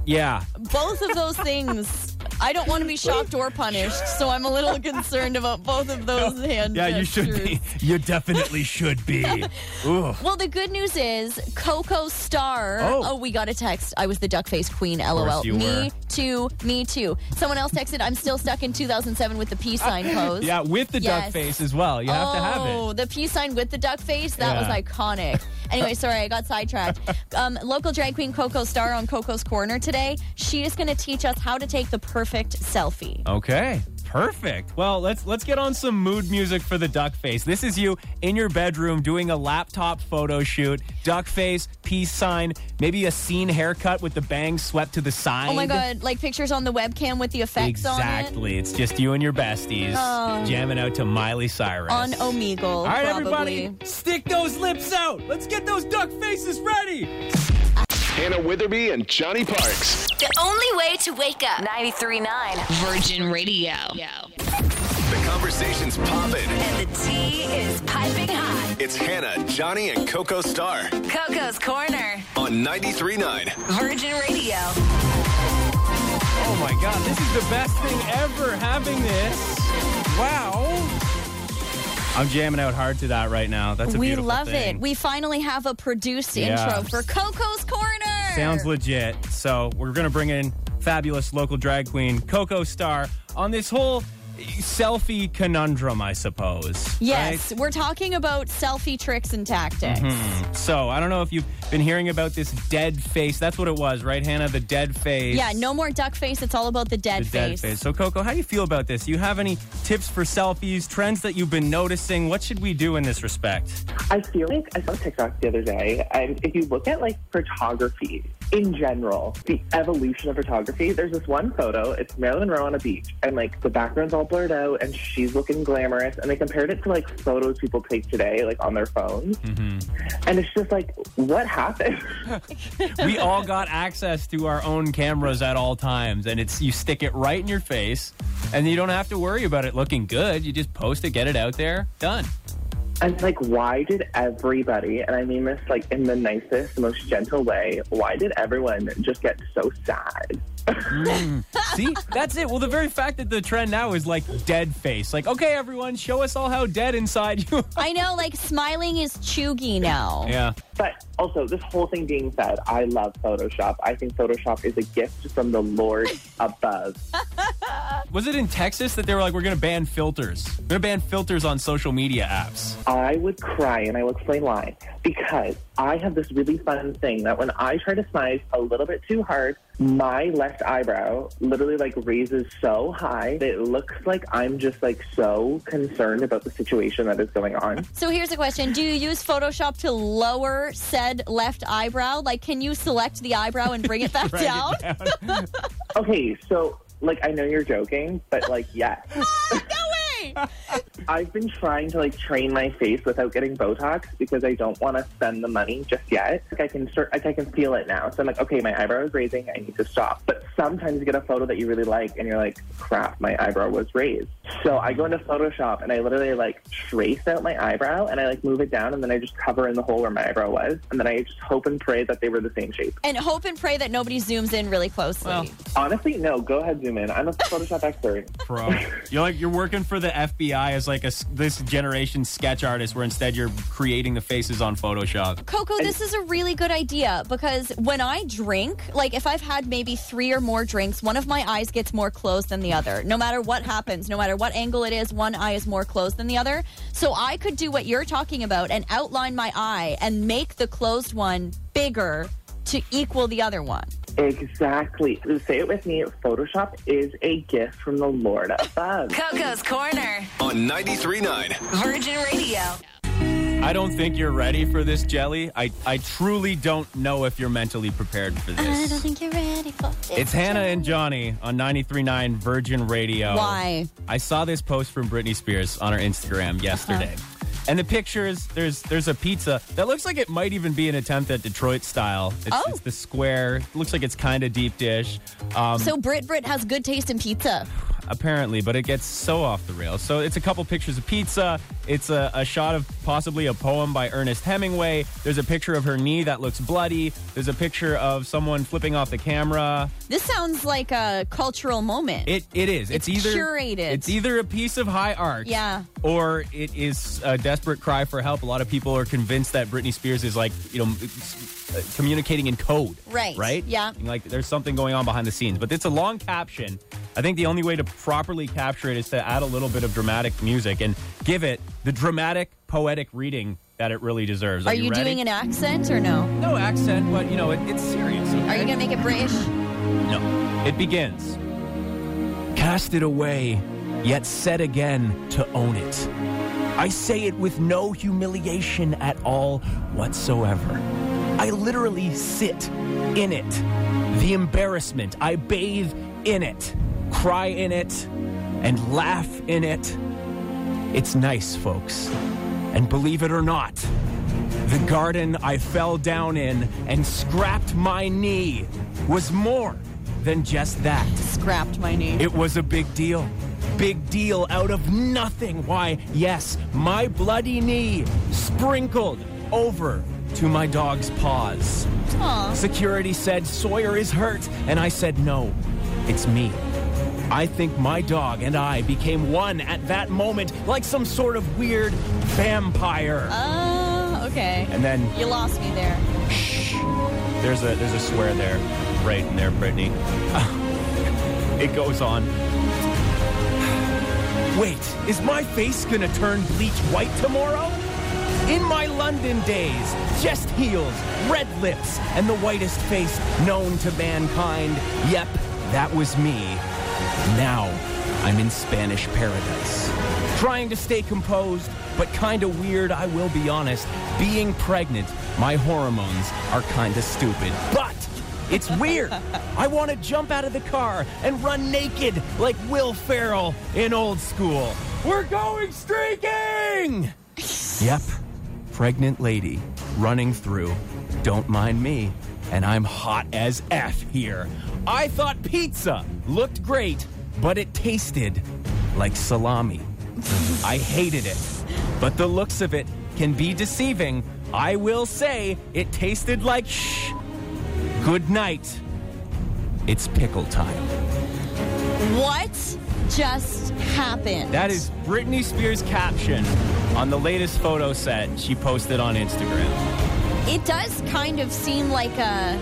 yeah,
Both of those things. I don't want to be shocked or punished, so I'm a little concerned about both of those hand
yeah, you should
gestures.
be. You definitely should be. Ooh.
Well, the good news is Coco Star.
Oh.
we got a text. I was the duck face queen.
course
LOL.
you
me
were.
too. Me too. Someone else texted. I'm still stuck in 2007 with the peace sign pose.
Yeah, with the duck
Yes.
face as well. You have to have it.
Oh, the peace sign with the duck face? That
Yeah.
was iconic. anyway, sorry, I got sidetracked. Um, local drag queen Coco Star on Coco's Corner today. She is going to teach us how to take the perfect selfie.
Okay. Perfect. Well, let's let's get on some mood music for the duck face. This is you in your bedroom doing a laptop photo shoot, duck face, peace sign, maybe a scene haircut with the bangs swept to the side.
Oh my God, like pictures on the webcam with the effects on it.
Exactly. It's just you and your besties
Oh.
jamming out to Miley Cyrus.
On Omegle.
All right,
probably.
everybody, stick those lips out. Let's get those duck faces ready.
Hannah Witherby and Johnny Parks.
The only way to wake up. 93.9 Virgin Radio.
The conversation's popping.
And the tea is piping hot.
It's Hannah, Johnny, and Coco Star
Coco's Corner.
on 93.9.
Virgin Radio.
Oh my god, this is the best thing ever having this. Wow. I'm jamming out hard to that right now. That's a
we
beautiful
love
thing.
it. We finally have a produced
Yeah.
intro for Coco's Corner.
Sounds legit. So we're gonna bring in fabulous local drag queen Coco Star on this whole selfie conundrum, I suppose.
Yes, we're talking about selfie tricks and tactics.
right? So I don't know if you've been hearing about this dead face. That's what it was, right, Hannah? The dead face.
Yeah, no more duck face. It's all about the dead,
the dead face. So, Coco, how do you feel about this? Do you have any tips for selfies, trends that you've been noticing? What should we do in this respect?
I feel like I saw TikTok the other day, and if you look at like photography in general, the evolution of photography, there's this one photo. It's Marilyn Monroe on a beach, and like the background's all blurred out, and she's looking glamorous. And they compared it to like photos people take today, like on their phones, and it's just like, what happened?
we all got access to our own cameras at all times, and it's you stick it right in your face, and you don't have to worry about it looking good. You just post it, get it out there, done.
And it's like, why did everybody, and I mean this like in the nicest, most gentle way, why did everyone just get so sad?
See, that's it. Well, the very fact that the trend now is like dead face, like okay, everyone, show us all how dead inside you.
I know, like smiling is chuggy now.
yeah.
But also, this whole thing being said, I love Photoshop. I think Photoshop is a gift from the Lord above.
Was it in Texas that they were like, we're gonna ban filters? We're gonna ban filters on social media apps.
I would cry, and I will explain why. Because I have this really fun thing that when I try to smile a little bit too hard, my left eyebrow literally like raises so high that it looks like I'm just like so concerned about the situation that is going on.
So here's a question: Do you use Photoshop to lower said left eyebrow? Like, can you select the eyebrow and bring it back
Drag it
down?
Okay, so like I know you're joking, but like yes.
no way!
I've been trying to like train my face without getting Botox because I don't want to spend the money just yet. Like I can start, like I can feel it now. So I'm like, okay, my eyebrow is raising. I need to stop. But sometimes you get a photo that you really like, and you're like, crap, my eyebrow was raised. So I go into Photoshop and I literally like trace out my eyebrow and I like move it down, and then I just cover in the hole where my eyebrow was, and then I just hope and pray that they were the same shape.
And hope and pray that nobody zooms in really closely.
Honestly, no. Go ahead, zoom in. I'm a Photoshop expert.
Pro. You're like you're working for the FBI as like a s- this generation sketch artist, where instead you're creating the faces on Photoshop.
Coco, this is a really good idea because when I drink, like if I've had maybe three or more drinks, one of my eyes gets more closed than the other. No matter what happens, no matter what angle it is, one eye is more closed than the other. So I could do what you're talking about and outline my eye and make the closed one bigger to equal the other one.
Exactly. Say it with me. Photoshop is a gift from the Lord above.
Coco's Corner,
On 93.9.
Virgin Radio.
I don't think you're ready for this, Jelly. I I truly don't know if you're mentally prepared for this.
I don't think you're ready for this.
It's Hannah and Johnny on 93.9 Virgin Radio.
Why?
I saw this post from Britney Spears on her Instagram yesterday.
Uh-huh.
And the picture is there's there's a pizza that looks like it might even be an attempt at Detroit style. It's,
Oh.
it's the square. Looks like it's kind of deep dish. Um,
So Brit Brit has good taste in pizza.
apparently, but it gets so off the rails. So it's a couple pictures of pizza. It's a, a shot of possibly a poem by Ernest Hemingway. There's a picture of her knee that looks bloody. There's a picture of someone flipping off the camera.
This sounds like a cultural moment.
It it is. It's,
It's
either
curated.
It's either a piece of high art,
Yeah.
or it is a desperate cry for help. A lot of people are convinced that Britney Spears is like you know s- uh, communicating in code,
Right.
Right?
Yeah.
And, like there's something going on behind the scenes, but it's a long caption. I think the only way to properly capture it is to add a little bit of dramatic music and give it the dramatic, poetic reading that it really deserves. Are,
Are you
ready?
doing an accent or no?
no accent, but you know it, it's serious.
Are you going to make it British?
No. It begins. Cast it away, yet set again to own it. I say it with no humiliation at all whatsoever. I literally sit in it. The embarrassment. I bathe in it, cry in it, and laugh in it. It's nice, folks. And believe it or not, the garden I fell down in and scrapped my knee was more than just that.
Scrapped my knee.
It was a big deal. Big deal out of nothing. Why, yes, my bloody knee sprinkled over to my dog's paws.
Aw.
Security said Sawyer is hurt, and I said, No, it's me. I think my dog and I became one at that moment, like some sort of weird vampire.
Ah, okay.
And then-
you lost me there.
There's a there's a swear there, right in there, Brittany. it goes on. Wait, is my face gonna turn bleach white tomorrow? In my London days, chest heels, red lips, and the whitest face known to mankind. Yep, that was me. Now I'm in Spanish paradise. Trying to stay composed, but kinda weird, I will be honest. Being pregnant, my hormones are kinda stupid. But it's weird. I wanna jump out of the car and run naked like Will Ferrell in old school. We're going streaking! Yep. Pregnant lady running through. Don't mind me. And I'm hot as F here. I thought pizza looked great, but it tasted like salami. I hated it. But the looks of it can be deceiving. I will say it tasted like shh. Good night. It's pickle time.
What just happened?
That is Britney Spears' caption on the latest photo set she posted on Instagram.
It does kind of seem like a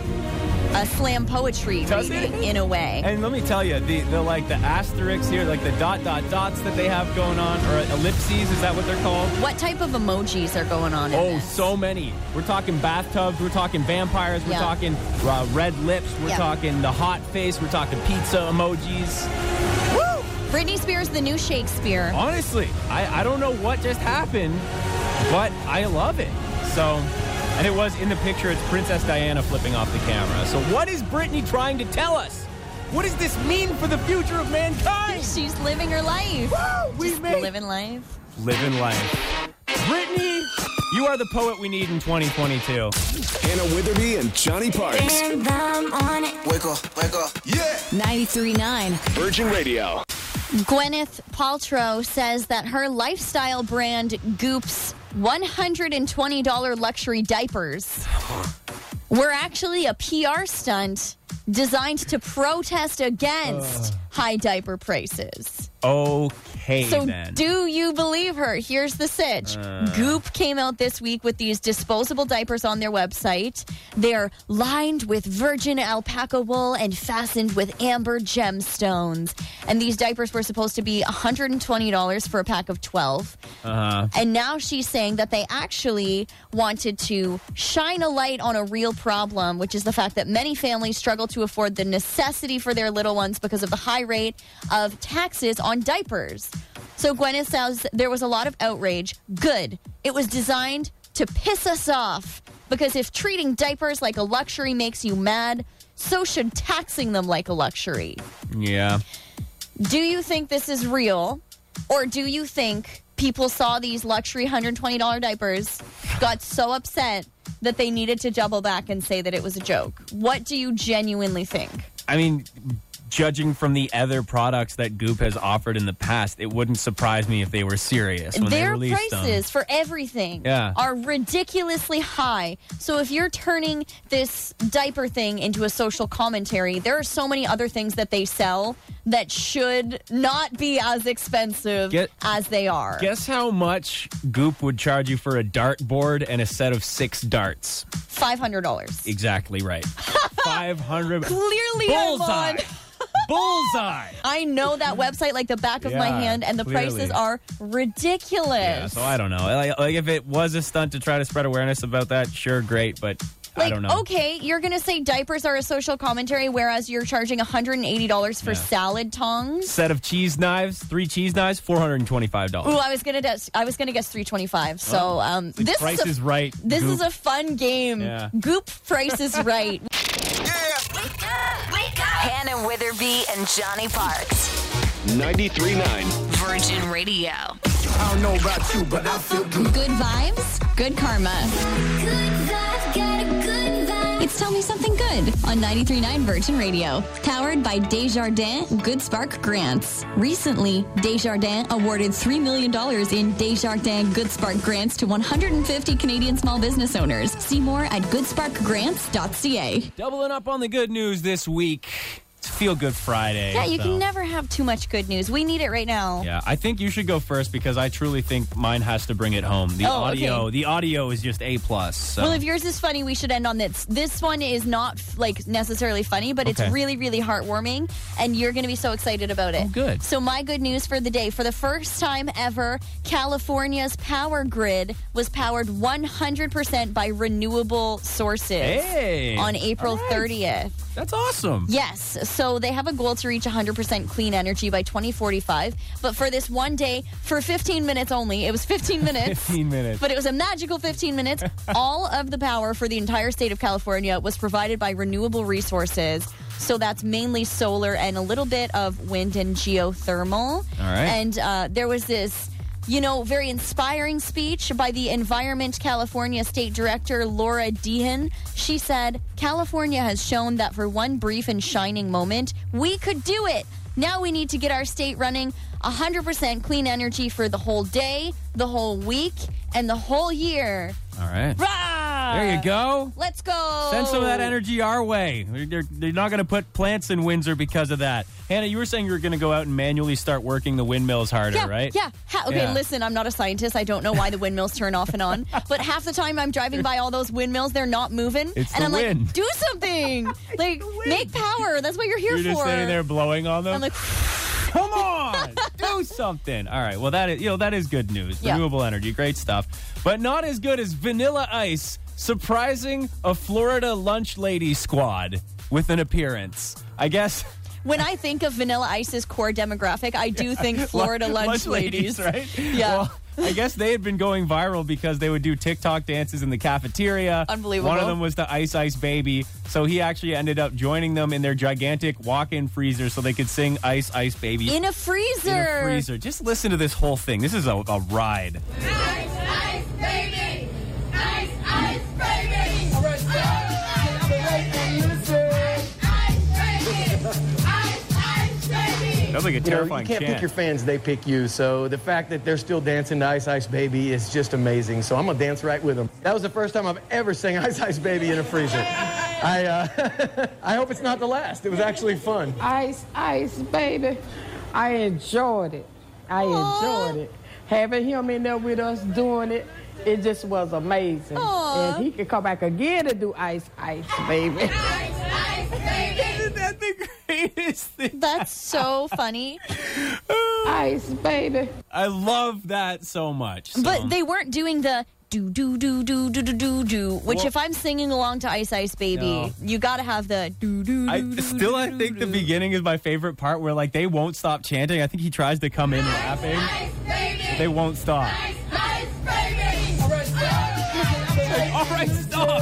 a slam poetry
Does
reading
it?
in a way.
And let me tell you, the, the like the asterisks here, like the dot dot dots that they have going on, or ellipses, is that what they're called?
what type of emojis are going on? in
Oh,
this?
so many. We're talking bathtubs, we're talking vampires, we're
Yeah.
talking uh, red lips, we're
Yeah.
talking the hot face, we're talking pizza emojis.
Britney Spears, the new Shakespeare.
Honestly, I, I don't know what just happened, but I love it. So, and it was in the picture, it's Princess Diana flipping off the camera. So, what is Britney trying to tell us? What does this mean for the future of mankind?
She's living her life.
Oh. Woo! We
Just
made-
living life.
living life. Brittany, you are the poet we need in 2022.
Hannah Witherby and Johnny Parks.
And I'm on it.
Wake up, wake up.
93.9.
Virgin Radio.
Gwyneth Paltrow says that her lifestyle brand Goop's $120 luxury diapers were actually a PR stunt designed to protest against high diaper prices.
okay
So,
then.
do you believe her? Here's the sitch.
Uh.
Goop came out this week with these disposable diapers on their website. They're lined with virgin alpaca wool and fastened with amber gemstones. And these diapers were supposed to be $120 for a pack of 12.
uh-huh.
And now she's saying that they actually wanted to shine a light on a real problem, which is the fact that many families struggle to afford the necessity for their little ones because of the high rate of taxes on diapers. So Gwyneth says there was a lot of outrage. Good. It was designed to piss us off because if treating diapers like a luxury makes you mad, so should taxing them like a luxury.
Yeah.
Do you think this is real? Or do you think people saw these luxury $120 diapers, got so upset that they needed to double back and say that it was a joke? What do you genuinely think?
I mean, judging from the other products that Goop has offered in the past, it wouldn't surprise me if they were serious when they
Their
released
prices
them.
for everything
Yeah.
are ridiculously high. So if you're turning this diaper thing into a social commentary, there are so many other things that they sell that should not be as expensive
Get-
as they are.
Guess how much Goop would charge you for a dartboard and a set of six darts?
$500.
Exactly right. Five hundred.
Clearly, I'm
bullseye.
on.
bullseye.
I know that website like the back of my
Yeah,
hand, and the
clearly.
prices are ridiculous.
Yeah, so I don't know. Like, like if it was a stunt to try to spread awareness about that, sure, great, but
like,
I don't know.
okay, you're going to say diapers are a social commentary, whereas you're charging $180 for
Yeah.
salad tongs.
Set of cheese knives, three cheese knives, four hundred and twenty-five dollars.
Ooh, I was gonna guess. I was gonna guess three twenty-five. So
Oh,
um,
it's like
this
Price
is, a,
is Right,
This is
Goop.
a fun game.
Yeah.
Goop Price is right.
Wake up!
Hannah Witherby and Johnny Parks.
93.9.
Virgin Radio.
I don't know about you, but I feel good.
Good vibes, good karma. It's Tell Me Something Good on 93.9 Virgin Radio. Powered by Desjardins Good Spark Grants. Recently, Desjardins awarded $3 million in Desjardins Good Spark Grants to 150 Canadian small business owners. See more at goodsparkgrants.ca.
Doubling up on the good news this week. It's Feel Good Friday.
yeah, you
so-
can never have too much good news. We need it right now.
Yeah, I think you should go first because I truly think mine has to bring it home. The
Oh,
audio,
okay.
the audio is just a plus. So.
Well, if yours is funny, we should end on this. This one is not like necessarily funny, but
Okay. Oh,
it's really, really heartwarming, and you're going to be so excited about it.
good.
So, my good news for the day: for the first time ever, California's power grid was powered 100% by renewable sources
Hey.
on April 30th.
That's awesome.
Yes. So they have a goal to reach 100% clean energy by 2045. But for this one day, for 15 minutes only, it was 15 minutes.
15 minutes.
But it was a magical 15 minutes. All of the power for the entire state of California was provided by renewable resources. So that's mainly solar and a little bit of wind and geothermal. All
right.
And uh, there was this. You know, very inspiring speech by the Environment California State Director Laura Dehan. She said, California has shown that for one brief and shining moment, we could do it. Now we need to get our state running 100% clean energy for the whole day, the whole week, and the whole year.
All right.
Rah!
There you go.
Let's go.
Send some of that energy our way. They're, they're- they're not going to put plants in Windsor because of that. Hannah, you were saying you were going to go out and manually start working the windmills harder,
Yeah,
right?
yeah. Ha- okay,
Yeah.
listen, I'm not a scientist. I don't know why the windmills turn off and on, but half the time I'm driving by all those windmills, they're not moving,
It's
and
the
I'm
wind.
like, do something, like make power. That's what you're here
You're
for.
just sitting there blowing on them.
I'm like,
Come on, do something. All right. Well, that is you know that is good news.
Yeah.
Renewable energy, great stuff, but not as good as Vanilla Ice surprising a Florida lunch lady squad with an appearance. I guess
when I think of Vanilla Ice's core demographic, I do think Florida lunch, ladies.
right?
Yeah.
Well, I guess they had been going viral because they would do TikTok dances in the cafeteria.
Unbelievable.
One of them was the Ice Ice Baby. So he actually ended up joining them in their gigantic walk in freezer so they could sing Ice Ice Baby
In a
in a freezer. Just listen to this whole thing. This is a, a ride. Sounds like a terrifying
you can't
chant.
pick your fans; they pick you. So the fact that they're still dancing to Ice Ice Baby is just amazing. So I'm gonna dance right with them. That was the first time I've ever sang Ice Ice Baby in a freezer. I uh, I hope it's not the last. It was actually fun.
Ice, ice, baby. I enjoyed it. I enjoyed it. Having him in there with us doing it, it just was amazing. And he could come back again and do ice, ice, baby.
That's the greatest thing.
That's so funny.
Ice, baby.
I love that so much. so-
But they weren't doing the do do do do do do do do, which
Well-
if I'm singing along to Ice Ice Baby,
No.
you gotta have the do do.
I still I think the beginning is my favorite part where like they won't stop chanting. I think he tries to come in laughing. They won't stop. All right, stop.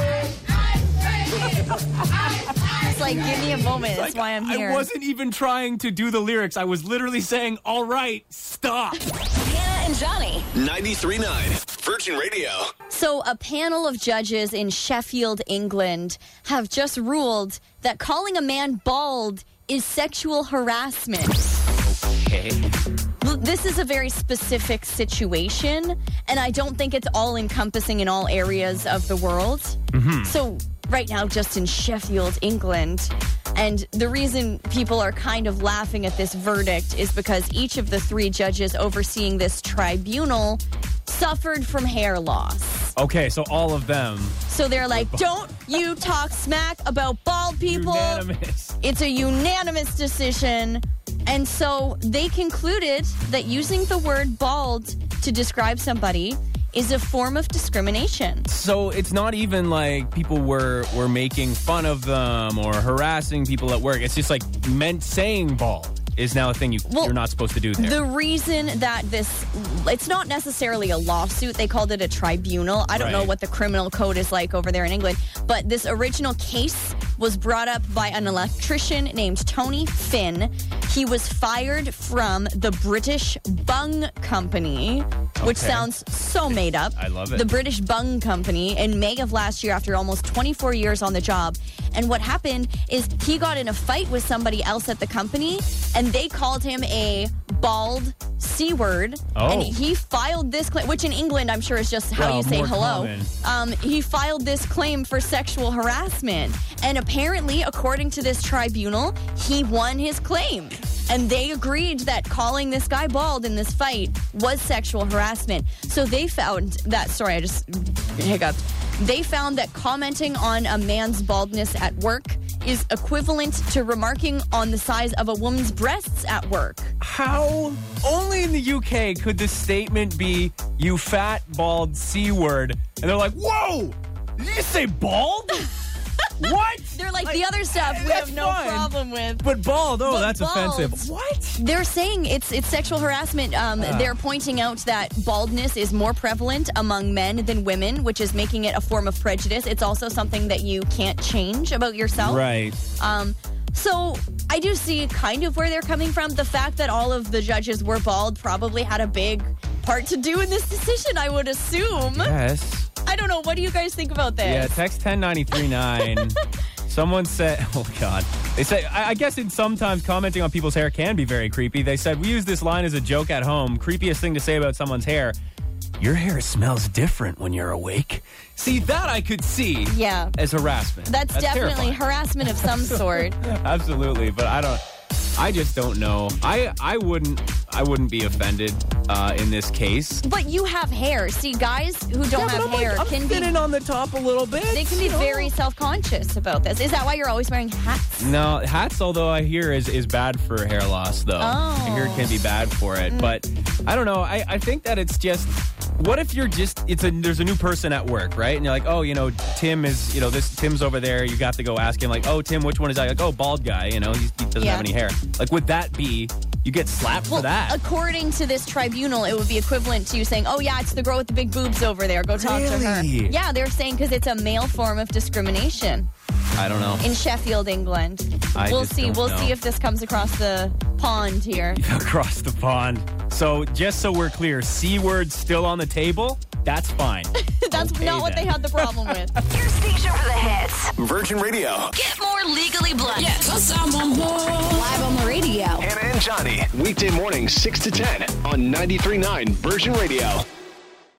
It's like give me a moment. That's
Like,
why I'm here.
I wasn't even trying to do the lyrics. I was literally saying, "All right, stop."
Hannah and Johnny.
93.9 Virgin Radio.
So, a panel of judges in Sheffield, England, have just ruled that calling a man bald is sexual harassment.
Okay.
L- This is a very specific situation, and I don't think it's all encompassing in all areas of the world.
Mhm.
So, right now, just in Sheffield, England, and the reason people are kind of laughing at this verdict is because each of the three judges overseeing this tribunal suffered from hair loss.
Okay, so all of them.
So they're like, don't you talk smack about bald people.
Unanimous.
It's a unanimous decision. And so they concluded that using the word bald to describe somebody is a form of discrimination.
So it's not even like people were were making fun of them or harassing people at work. It's just like meant saying bald is now a thing you
Well,
you're not supposed to do there.
The reason that this, it's not necessarily a lawsuit. They called it a tribunal. I don't know
Right.
what the criminal code is like over there in England, but this original case was brought up by an electrician named Tony Finn. He was fired from the British Bung Company, which
Okay.
sounds so made up.
I love it.
The British Bung Company in May of last year after almost 24 years on the job. And what happened is he got in a fight with somebody else at the company and they called him a bald C word.
Oh.
And he filed this claim, which in England, I'm sure is just how
Well,
Oh, you say
Oh, more
hello.
common.
Um, he filed this claim for sexual harassment. And apparently, according to this tribunal, he won his claim. And they agreed that calling this guy bald in this fight was sexual harassment. So they found that, sorry, I just hiccuped. They found that commenting on a man's baldness at work is equivalent to remarking on the size of a woman's breasts at work.
How? Only in the UK could this statement be you fat bald c word, and they're like, whoa, did you say bald? what?
They're like, the other stuff we
that's
have no
fine.
problem with.
But bald, oh,
But
that's
bald.
offensive. What?
They're saying it's it's sexual harassment. Um,
Ah.
They're pointing out that baldness is more prevalent among men than women, which is making it a form of prejudice. It's also something that you can't change about yourself.
Right.
Um, so I do see kind of where they're coming from. The fact that all of the judges were bald probably had a big part to do in this decision. I would assume.
Yes.
I don't know. What do you guys think about this?
Yeah, text 10939. Someone said, oh God. They say, I, I guess in sometimes commenting on people's hair can be very creepy. They said, we use this line as a joke at home. Creepiest thing to say about someone's hair. Your hair smells different when you're awake. See, that I could see
Yeah.
as harassment.
That's, definitely
terrifying.
harassment of some sort.
Absolutely, but I don't. I just don't know. I I wouldn't I wouldn't be offended uh, in this case.
But you have hair. See, guys who don't
Yeah, but
have
I'm like,
hair
I'm
can be
thinning on the top a little bit.
They can be
you know?
very self-conscious about this. Is that why you're always wearing hats?
No, hats, although I hear is is bad for hair loss, though. I hear it can
Oh.
be bad for it, but
Mm.
I don't know. I, I think that it's just. What if you're just it's a there's a new person at work, right? And you're like, oh, you know, Tim is you know this Tim's over there. You got to go ask him like, oh, Tim, which one is that? Like, oh, bald guy. You know, he, he doesn't
Yeah.
have any hair. Like, would that be you get slapped for that?
according to this tribunal, it would be equivalent to you saying, "Oh yeah, it's the girl with the big boobs over there. Go talk to her."
Really?
Yeah, they're saying because it's a male form of discrimination
I don't know.
in Sheffield, England.
I
we'll
just
see.
don't
We'll
know.
see if this comes across the pond here.
Across the pond. So just so we're clear, c word still on the table. That's fine.
That's
Okay,
not what
then.
they had the problem with.
Your station for the hits.
Virgin Radio.
Get more legally blunt.
Yeah, 'cause I'm on board.
Live on the radio.
Hannah and Johnny.
Weekday morning, 6 to 10 on 93.9 Virgin Radio.